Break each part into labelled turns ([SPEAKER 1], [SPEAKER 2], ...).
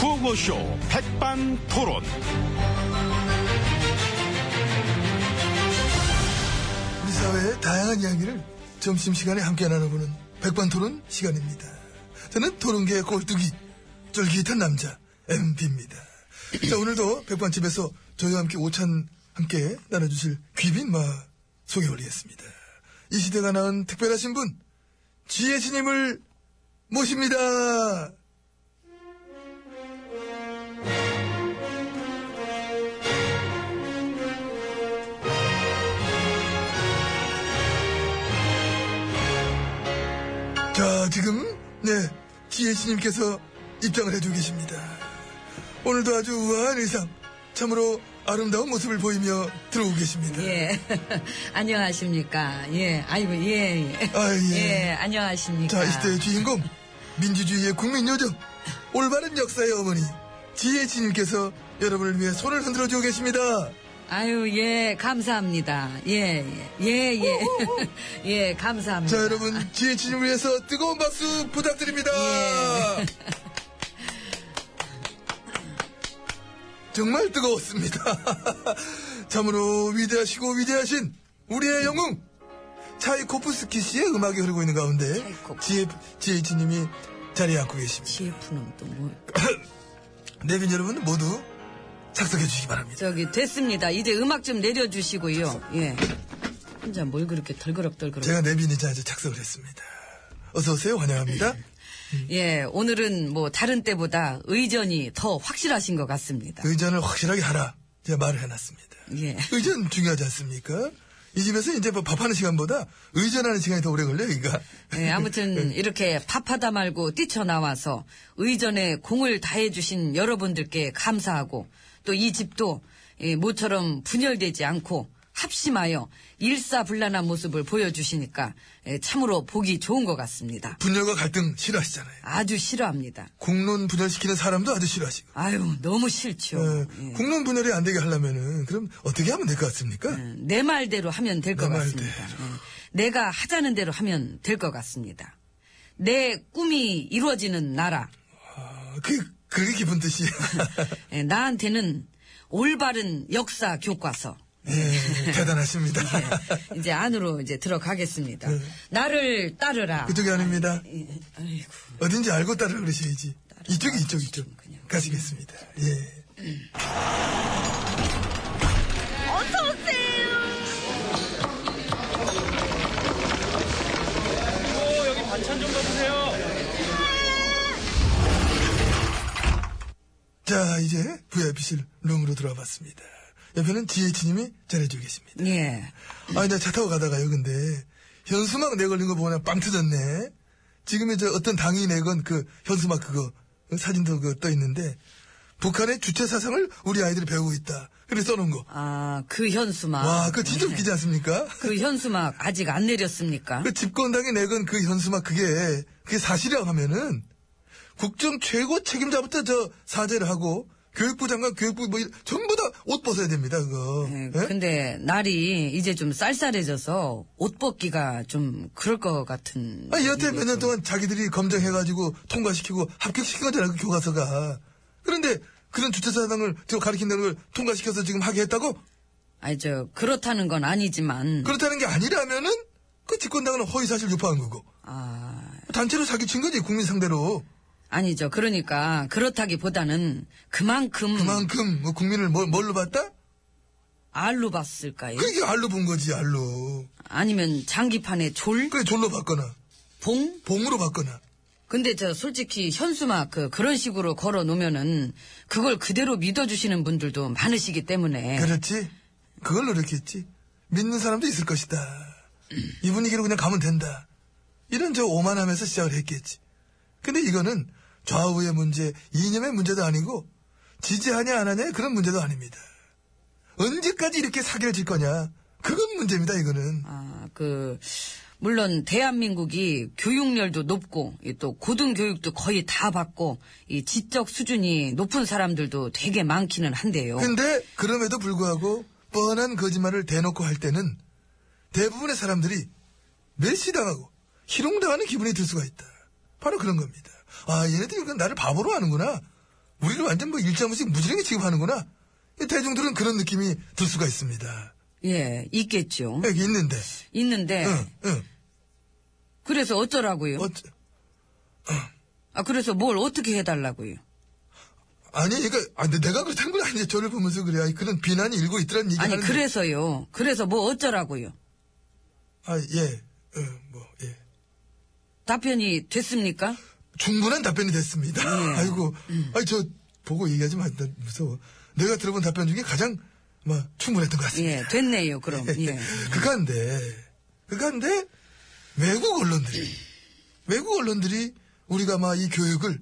[SPEAKER 1] 구호쇼 백반 토론.
[SPEAKER 2] 우리 사회의 다양한 이야기를 점심시간에 함께 나눠보는 백반토론 시간입니다. 저는 토론계의 꼴뚜기, 쫄깃한 남자, MB입니다. 자, 오늘도 백반집에서 저희와 함께 오찬 함께 나눠주실 귀빈 마 소개 올리겠습니다. 이 시대가 낳은 특별하신 분, 지혜진님을 모십니다. 자, 지금, 네, 지혜진님께서 입장을 해주고 계십니다. 오늘도 아주 우아한 의상, 참으로 아름다운 모습을 보이며 들어오고 계십니다.
[SPEAKER 3] 예. 안녕하십니까. 예. 아이고, 예. 예.
[SPEAKER 2] 아, 예.
[SPEAKER 3] 예, 안녕하십니까.
[SPEAKER 2] 자, 이 시대의 주인공, 민주주의의 국민 요정, 올바른 역사의 어머니, 지혜진님께서 여러분을 위해 손을 흔들어 주고 계십니다.
[SPEAKER 3] 아유, 예. 감사합니다. 예. 예, 예. 예, 예 감사합니다.
[SPEAKER 2] 자, 여러분, 지혜진님을 위해서 뜨거운 박수 부탁드립니다.
[SPEAKER 3] 예.
[SPEAKER 2] 정말 뜨거웠습니다. 참으로 위대하시고 위대하신 우리의 영웅, 차이코프스키 씨의 음악이 흐르고 있는 가운데,
[SPEAKER 3] 차이코프.
[SPEAKER 2] 지혜, 지혜진님이 자리에 앉고 계십니다.
[SPEAKER 3] CF는 또 뭐.
[SPEAKER 2] 내빈 여러분 모두 착석해 주시기 바랍니다.
[SPEAKER 3] 저기, 됐습니다. 이제 음악 좀 내려주시고요. 예. 혼자 뭘 그렇게 덜그럭덜그럭.
[SPEAKER 2] 제가 내빈이자 이제 착석을 했습니다. 어서 오세요. 환영합니다.
[SPEAKER 3] 예. 오늘은 뭐, 다른 때보다 의전이 더 확실하신 것 같습니다.
[SPEAKER 2] 의전을 확실하게 하라. 제가 말을 해놨습니다.
[SPEAKER 3] 예.
[SPEAKER 2] 의전 중요하지 않습니까? 이 집에서 이제 뭐 밥하는 시간보다 의전하는 시간이 더 오래 걸려요, 이가.
[SPEAKER 3] 네, 아무튼 이렇게 밥하다 말고 뛰쳐나와서 의전에 공을 다해주신 여러분들께 감사하고 또 이 집도 예, 모처럼 분열되지 않고 합심하여 일사불란한 모습을 보여주시니까 예, 참으로 보기 좋은 것 같습니다.
[SPEAKER 2] 분열과 갈등 싫어하시잖아요.
[SPEAKER 3] 아주 싫어합니다.
[SPEAKER 2] 공론 분열시키는 사람도 아주 싫어하시고.
[SPEAKER 3] 아유 너무 싫죠.
[SPEAKER 2] 어,
[SPEAKER 3] 예.
[SPEAKER 2] 공론 분열이 안 되게 하려면은 그럼 어떻게 하면 될 것 같습니까?
[SPEAKER 3] 예, 내 말대로 하면 될 것
[SPEAKER 2] 내
[SPEAKER 3] 같습니다.
[SPEAKER 2] 말대로.
[SPEAKER 3] 예. 내가 하자는 대로 하면 될 것 같습니다. 내 꿈이 이루어지는 나라.
[SPEAKER 2] 아, 그 그게 기쁜 뜻이.
[SPEAKER 3] 예, 나한테는 올바른 역사 교과서.
[SPEAKER 2] 예, 대단하십니다.
[SPEAKER 3] 예, 이제 안으로 이제 들어가겠습니다. 나를 따르라.
[SPEAKER 2] 네. 그쪽이 아닙니다.
[SPEAKER 3] 예, 아이고,
[SPEAKER 2] 어딘지 알고 따라 그러셔야지. 이쪽이 이쪽 이쪽.
[SPEAKER 3] 그냥.
[SPEAKER 2] 가시겠습니다. 예. 자 이제 VIP실 룸으로 들어와 봤습니다. 옆에는 지혜진님이 잘해주고 계십니다.
[SPEAKER 3] 예.
[SPEAKER 2] 아 이제 차 타고 가다가요 근데 현수막 네 내걸린 거 보고 나빵 터졌네. 지금의 저 어떤 당이 내건 그 현수막 그거 그 사진도 그 떠 있는데 북한의 주체 사상을 우리 아이들이 배우고 있다. 그래 써놓은 거.
[SPEAKER 3] 아, 그 현수막.
[SPEAKER 2] 와 그거 진짜 웃기지 않습니까?
[SPEAKER 3] 그 현수막 아직 안 내렸습니까?
[SPEAKER 2] 그 집권당이 내건 그 현수막 그게 그게 사실이라고 하면은 국정 최고 책임자부터 저 사죄를 하고 교육부 장관 교육부 뭐 이- 전부 다 옷 벗어야 됩니다 그거.
[SPEAKER 3] 예,
[SPEAKER 2] 예?
[SPEAKER 3] 근데 날이 이제 좀 쌀쌀해져서 옷 벗기가 좀 그럴 것 같은.
[SPEAKER 2] 아 여태 몇 년 동안 자기들이 검증해가지고 통과시키고 합격시킨 거잖아 그 교과서가. 그런데 그런 주체사상을 저 가르친다는 걸 통과시켜서 지금 하게 했다고?
[SPEAKER 3] 아니, 저, 그렇다는 건 아니지만.
[SPEAKER 2] 그렇다는 게 아니라면은 그 집권당은 허위사실 유포한 거고
[SPEAKER 3] 아,
[SPEAKER 2] 단체로 사기친 거지 국민 상대로
[SPEAKER 3] 아니죠. 그러니까, 그렇다기보다는 그만큼.
[SPEAKER 2] 그만큼 뭐 국민을 뭐- 뭘로 봤다?
[SPEAKER 3] 알로 봤을까요?
[SPEAKER 2] 그게 알로 본 거지 알로.
[SPEAKER 3] 아니면 장기판에 졸?
[SPEAKER 2] 그래 졸로 받거나
[SPEAKER 3] 봉?
[SPEAKER 2] 봉으로 받거나
[SPEAKER 3] 근데 저 솔직히 현수막 그 그런 식으로 걸어 놓으면은 그걸 그대로 믿어주시는 분들도 많으시기 때문에
[SPEAKER 2] 그렇지 그걸 노력했지 믿는 사람도 있을 것이다 이 분위기로 그냥 가면 된다 이런 저 오만함에서 시작을 했겠지 근데 이거는 좌우의 문제 이념의 문제도 아니고 지지하냐 안 하냐의 그런 문제도 아닙니다 언제까지 이렇게 사기를 질 거냐 그건 문제입니다 이거는
[SPEAKER 3] 아 그 물론 대한민국이 교육열도 높고 이또 고등교육도 거의 다 받고 이 지적 수준이 높은 사람들도 되게 많기는 한데요.
[SPEAKER 2] 근데 그럼에도 불구하고 뻔한 거짓말을 대놓고 할 때는 대부분의 사람들이 멸시당하고 희롱당하는 기분이 들 수가 있다. 바로 그런 겁니다. 아 얘네들이 그 나를 바보로 하는구나. 우리를 완전 뭐 일자무식 무지랭이 취급하는구나. 이 대중들은 그런 느낌이 들 수가 있습니다.
[SPEAKER 3] 예, 있겠죠.
[SPEAKER 2] 여기 있는데.
[SPEAKER 3] 있는데,
[SPEAKER 2] 응, 응.
[SPEAKER 3] 그래서 어쩌라고요?
[SPEAKER 2] 어,
[SPEAKER 3] 아, 그래서 뭘 어떻게 해달라고요?
[SPEAKER 2] 아니, 그러니까, 아, 근데 내가 그렇다는 건 아니지. 저를 보면서 그래. 아니, 그런 비난이 일고 있더라는 얘기
[SPEAKER 3] 아니,
[SPEAKER 2] 하는데.
[SPEAKER 3] 그래서요. 그래서 뭐 어쩌라고요?
[SPEAKER 2] 아, 예. 어, 뭐, 예.
[SPEAKER 3] 답변이 됐습니까?
[SPEAKER 2] 충분한 답변이 됐습니다.
[SPEAKER 3] 예.
[SPEAKER 2] 아이고, 아니, 저, 보고 얘기하지 마. 나 무서워. 내가 들어본 답변 중에 가장, 막, 충분했던 것 같습니다.
[SPEAKER 3] 예, 됐네요, 그럼. 예.
[SPEAKER 2] 그간데, 그간데, 외국 언론들이, 외국 언론들이 우리가 막 이 교육을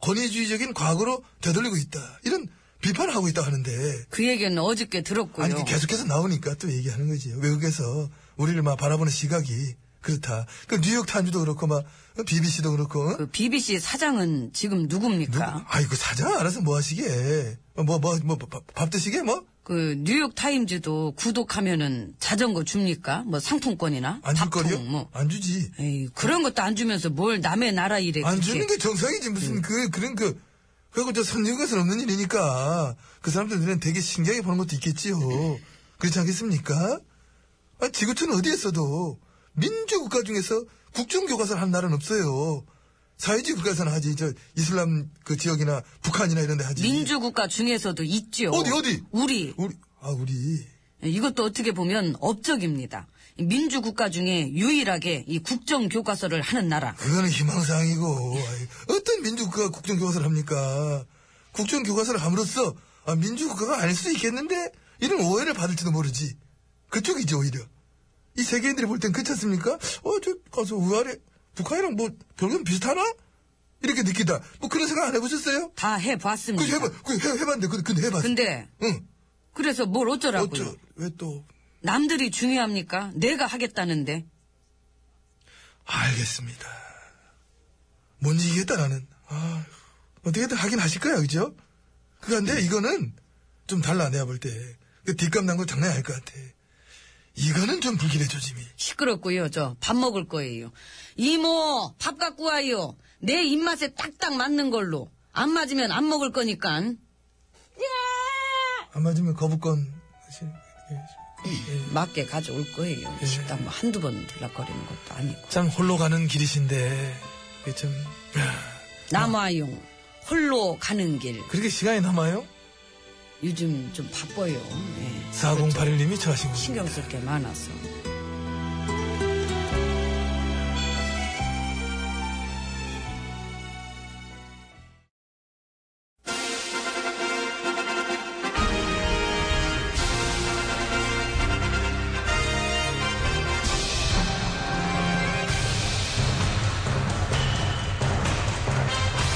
[SPEAKER 2] 권위주의적인 과거로 되돌리고 있다. 이런 비판을 하고 있다 하는데,
[SPEAKER 3] 그 얘기는 어저께 들었고요.
[SPEAKER 2] 아니, 이게 계속해서 나오니까 또 얘기하는 거지. 외국에서 우리를 막 바라보는 시각이 그렇다. 그 뉴욕타임즈도 그렇고, 막, BBC도 그렇고, 응?
[SPEAKER 3] 그 BBC 사장은 지금 누굽니까?
[SPEAKER 2] 누구- 아이고, 사장 알아서 뭐 하시게. 뭐, 뭐, 뭐, 밥, 밥 드시게, 뭐?
[SPEAKER 3] 그 뉴욕 타임즈도 구독하면은 자전거 줍니까? 뭐 상품권이나
[SPEAKER 2] 안 줄 거리요?
[SPEAKER 3] 밥통 뭐.
[SPEAKER 2] 안 주지.
[SPEAKER 3] 에이, 그런 것도 안 주면서 뭘 남의 나라 일에
[SPEAKER 2] 안
[SPEAKER 3] 예, 그렇게. 예.
[SPEAKER 2] 주는 게 정상이지. 무슨, 그, 그런 그, 그리고 저 선진 것은 없는 일이니까. 그 사람들 눈엔 되게 신기하게 보는 것도 있겠지요. 그렇지 않겠습니까? 아, 지구촌 어디에서도 민주국가 중에서 국정교과서를 한 나라는 없어요. 사회주의 국가에서는 하지. 저, 이슬람 그 지역이나 북한이나 이런 데 하지.
[SPEAKER 3] 민주국가 중에서도 있지요.
[SPEAKER 2] 어디, 어디?
[SPEAKER 3] 우리
[SPEAKER 2] 우리, 아, 우리.
[SPEAKER 3] 이것도 어떻게 보면 업적입니다. 민주국가 중에 유일하게 이 국정 교과서를 하는 나라.
[SPEAKER 2] 그거는 희망사항이고 아이, 어떤 민주국가가 국정교과서를 합니까? 국정교과서를 함으로써 아, 민주국가가 아닐 수도 있겠는데 이런 오해를 받을지도 모르지 그쪽이죠 오히려 이 세계인들이 볼 땐 그렇지 않습니까? 어저 가서 그 우아래 북한이랑 뭐 별건 비슷하나? 이렇게 느끼다 뭐 그런 생각 안 해보셨어요?
[SPEAKER 3] 다 해봤습니다.
[SPEAKER 2] 그 해봐 그 해- 해봤는데 그- 근데 해봤어
[SPEAKER 3] 음. 근데
[SPEAKER 2] 응
[SPEAKER 3] 그래서 뭘 어쩌라고요?
[SPEAKER 2] 어쩌 왜또
[SPEAKER 3] 남들이 중요합니까? 내가 하겠다는데.
[SPEAKER 2] 알겠습니다. 뭔지 이겠다 나는. 아, 어떻게든 하긴 하실 거야, 그죠? 그건데 이거는 좀 달라 내가 볼 때. 그 뒷감 난 거 장난이 아닐 것 같아. 이거는 좀 불길해 조짐이.
[SPEAKER 3] 시끄럽고요. 저 밥 먹을 거예요. 이모 밥 갖고 와요. 내 입맛에 딱딱 맞는 걸로. 안 맞으면 안 먹을 거니까.
[SPEAKER 2] 안 맞으면 거부권. 사실
[SPEAKER 3] 맞게 가져올 거예요. 식당 뭐 한두 번 들락거리는 것도 아니고.
[SPEAKER 2] 참 홀로 가는 길이신데 이게 좀
[SPEAKER 3] 남아용 홀로 가는 길.
[SPEAKER 2] 그렇게 시간이 남아요?
[SPEAKER 3] 요즘 좀 바빠요. 예.
[SPEAKER 2] 4081님이 저하시고
[SPEAKER 3] 신경 쓸 게 많아서.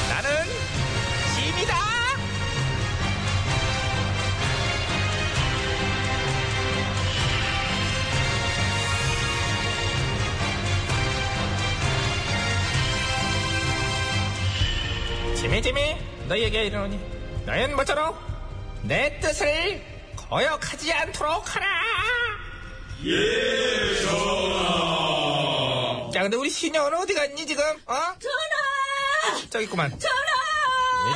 [SPEAKER 1] 나는 짐이다.
[SPEAKER 4] 지미 지미 너희에게 이르노니 너희는 모쪼록 내 뜻을 거역하지 않도록 하라 예 전하 야 근데 우리 신영은 어디 갔니 지금 어?
[SPEAKER 3] 전화!
[SPEAKER 4] 저기 있구만
[SPEAKER 3] 전화!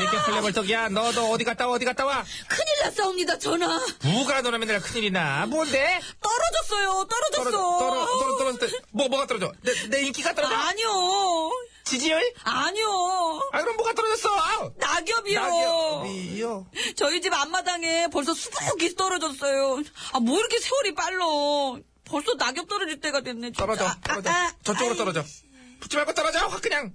[SPEAKER 4] 이렇게 헐레벌떡이야 너도 어디 갔다 와 어디 갔다 와
[SPEAKER 3] 예. 큰일 났사옵니다. 전화.
[SPEAKER 4] 누가 너네 맨날 큰일이나 뭔데
[SPEAKER 3] 떨어졌어요. 떨어졌어.
[SPEAKER 4] 떨어 떨어 떨어 떨어 뭐 뭐가 떨어져 내, 내 인기가 떨어져
[SPEAKER 3] 아니요.
[SPEAKER 4] 지지율
[SPEAKER 3] 아니요.
[SPEAKER 4] 아 그럼 뭐가 떨어졌어 아우
[SPEAKER 3] 낙엽이요.
[SPEAKER 4] 이요
[SPEAKER 3] 저희 집 앞마당에 벌써 수북이 떨어졌어요. 아, 뭐 이렇게 세월이 빨라. 벌써 낙엽 떨어질 때가 됐네. 진짜.
[SPEAKER 4] 떨어져,
[SPEAKER 3] 아,
[SPEAKER 4] 떨어져.
[SPEAKER 3] 아, 아.
[SPEAKER 4] 저쪽으로
[SPEAKER 3] 아이,
[SPEAKER 4] 떨어져. 붙지 말고 떨어져, 확 그냥.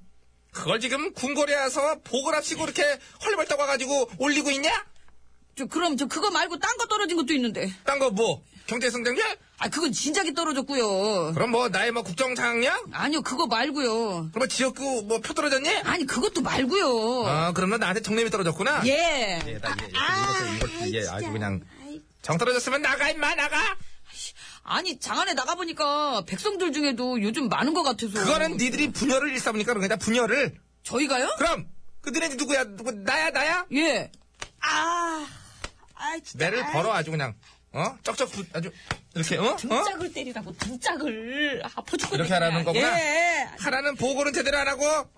[SPEAKER 4] 그걸 지금 궁궐에 와서 보글합시고 이렇게 헐리벌떡 와가지고 올리고 있냐?
[SPEAKER 3] 저, 그럼 저 그거 말고 딴 거 떨어진 것도 있는데.
[SPEAKER 4] 딴 거 뭐? 경제성장률?
[SPEAKER 3] 아, 그건 진작에 떨어졌고요.
[SPEAKER 4] 그럼 뭐 나의 뭐 국정상황량?
[SPEAKER 3] 아니요, 그거 말고요.
[SPEAKER 4] 그럼 뭐 지역구 뭐 표 떨어졌니?
[SPEAKER 3] 아니, 그것도 말고요.
[SPEAKER 4] 아, 그러면 나한테 정림이 떨어졌구나.
[SPEAKER 3] 예.
[SPEAKER 4] 예, 나 예, 이것도 이것도 예, 아주 그냥 정 떨어졌으면 나가 임마 나가.
[SPEAKER 3] 아니, 장안에 나가보니까 백성들 중에도 요즘 많은 것 같아서.
[SPEAKER 4] 그거는 니들이 분열을 일삼으니까 그런 거다 분열을.
[SPEAKER 3] 저희가요?
[SPEAKER 4] 그럼 그 너네 누구야? 누구 나야 나야?
[SPEAKER 3] 예.
[SPEAKER 5] 아, 아, 진짜.
[SPEAKER 4] 그 매를 벌어 아주 그냥 어 쩍쩍 부- 아주 이렇게 어? 어?
[SPEAKER 5] 등짝을 때리라고, 등짝을. 아파 죽겠네.
[SPEAKER 4] 이렇게 하라는
[SPEAKER 5] 그냥.
[SPEAKER 4] 거구나.
[SPEAKER 5] 예.
[SPEAKER 4] 하라는 보고는 제대로 안 하고, 어?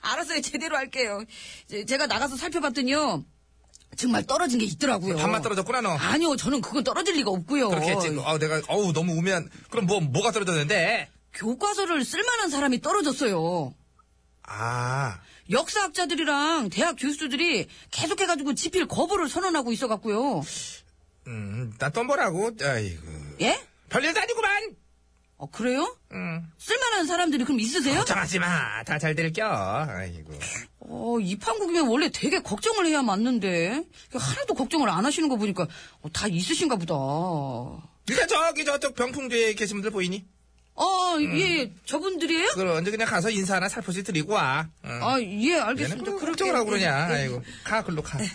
[SPEAKER 3] 알아서 제대로 할게요. 제- 제가 나가서 살펴봤더니요. 정말 떨어진 게 있더라고요.
[SPEAKER 4] 반만 떨어졌구나, 너.
[SPEAKER 3] 아니요, 저는 그건 떨어질 리가 없고요.
[SPEAKER 4] 그렇게 했지. 어, 내가, 어우, 너무 우매한. 그럼 뭐, 뭐가 떨어졌는데?
[SPEAKER 3] 교과서를 쓸만한 사람이 떨어졌어요.
[SPEAKER 4] 아.
[SPEAKER 3] 역사학자들이랑 대학 교수들이 계속해가지고 지필 거부를 선언하고 있어갖고요.
[SPEAKER 4] 음, 나또 뭐라고? 아이고.
[SPEAKER 3] 예?
[SPEAKER 4] 별일도 아니구만!
[SPEAKER 3] 어, 그래요?
[SPEAKER 4] 음.
[SPEAKER 3] 쓸만한 사람들이 그럼 있으세요?
[SPEAKER 4] 걱정하지 마. 다 잘 들을 겨. 아이고.
[SPEAKER 3] 어, 이 판국이면 원래 되게 걱정을 해야 맞는데 하나도 걱정을 안 하시는 거 보니까 어, 다 있으신가 보다. 어,
[SPEAKER 4] 일단 저기 저쪽 병풍 뒤에 계신 분들 보이니?
[SPEAKER 3] 예, 저분들이에요?
[SPEAKER 4] 음. 그걸 언제 그냥 가서 인사 하나 살포시 드리고 와. 응.
[SPEAKER 3] 아, 예,
[SPEAKER 4] 얘는
[SPEAKER 3] 알겠습니다.
[SPEAKER 4] 또
[SPEAKER 3] 그렇게-
[SPEAKER 4] 걱정을 하고 그러냐.
[SPEAKER 3] 예, 예.
[SPEAKER 4] 아이고. 가, 글로 가.
[SPEAKER 3] 네.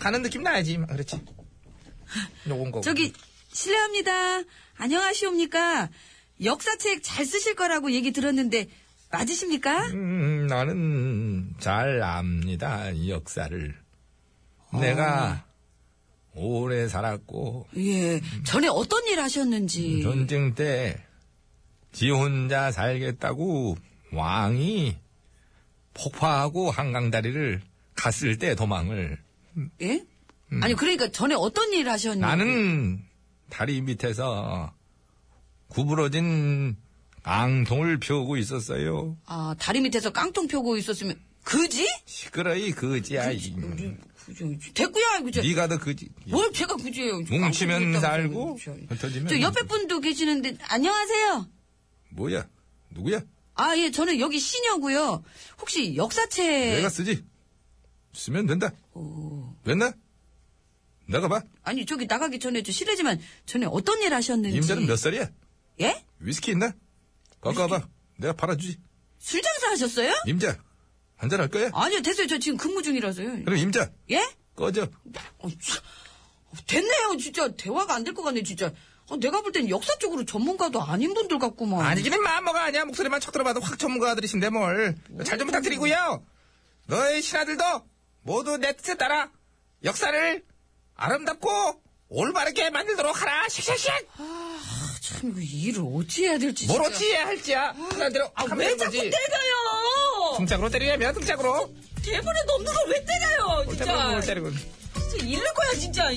[SPEAKER 4] 가는 느낌 나야지. 막 그렇지. 요건 거.
[SPEAKER 3] 아, 저기 실례합니다. 안녕하시옵니까? 역사책 잘 쓰실 거라고 얘기 들었는데 맞으십니까?
[SPEAKER 4] 음, 나는 잘 압니다. 이 역사를. 내가 오래 살았고,
[SPEAKER 3] 예. 전에 어떤 일 하셨는지.
[SPEAKER 4] 음, 전쟁 때, 지 혼자 살겠다고 왕이 폭파하고 한강다리를 갔을 때 도망을.
[SPEAKER 3] 예? 아니 그러니까 전에 어떤 일 하셨는지.
[SPEAKER 4] 음. 나는 다리 밑에서 구부러진 앙통을 피우고 있었어요.
[SPEAKER 3] 아 다리 밑에서 깡통 펴고 있었으면 그지?
[SPEAKER 4] 시끄러이 그지야. 이.
[SPEAKER 3] 그지? 됐고요. 아이고, 저-
[SPEAKER 4] 네가 더 그지.
[SPEAKER 3] 뭘 제가 굳이요?
[SPEAKER 4] 뭉치면 살고 흩어지면 뭐.
[SPEAKER 3] 저 옆에 분도 계시는데 안녕하세요.
[SPEAKER 4] 뭐야? 누구야?
[SPEAKER 3] 아 예, 저는 여기 시녀고요. 혹시 역사책
[SPEAKER 4] 내가 쓰지. 쓰면 된다. 됐나? 나가 봐.
[SPEAKER 3] 어, 아니 저기 나가기 전에 저 실례지만 전에 어떤 일 하셨는지
[SPEAKER 4] 임자는 몇 살이야?
[SPEAKER 3] 예?
[SPEAKER 4] 위스키 있나? 갖고 와봐. 내가 팔아주지.
[SPEAKER 3] 술 장사 하셨어요?
[SPEAKER 4] 임자, 한잔 할 거야?
[SPEAKER 3] 아니요 됐어요 저 지금 근무 중이라서요.
[SPEAKER 4] 그럼 임자,
[SPEAKER 3] 예?
[SPEAKER 4] 꺼져.
[SPEAKER 3] 어, 참. 어, 됐네요 진짜 대화가 안 될 것 같네 진짜. 어, 내가 볼 땐 역사 쪽으로 전문가도 아닌 분들 같구만.
[SPEAKER 4] 아니기는 마음먹가 아니야. 목소리만 척 들어봐도 확 전문가들이신데 뭘. 잘 좀 부탁드리고요. 너의 신하들도 모두 내 뜻에 따라 역사를 아름답고 올바르게 만들도록 하라.
[SPEAKER 3] 아,
[SPEAKER 4] 씩씩씩!
[SPEAKER 3] 참 이거 일을 어찌 해야 될지.
[SPEAKER 4] 뭘
[SPEAKER 3] 진짜.
[SPEAKER 4] 어찌 해야 할지야. 그런 대로 하면
[SPEAKER 3] 아, 왜
[SPEAKER 4] 되는
[SPEAKER 3] 자꾸
[SPEAKER 4] 거지.
[SPEAKER 3] 때려요?
[SPEAKER 4] 등짝으로 때리려면 등짝으로.
[SPEAKER 3] 대본에도 없는 걸 왜 때려요
[SPEAKER 4] 뭐 골때리고
[SPEAKER 3] 진짜.
[SPEAKER 4] 골때리고.
[SPEAKER 3] 진짜 잃을 거야 진짜.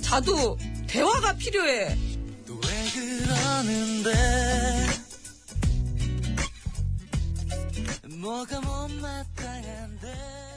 [SPEAKER 3] 자두 대화가 필요해.
[SPEAKER 6] 뭐가 못마땅한데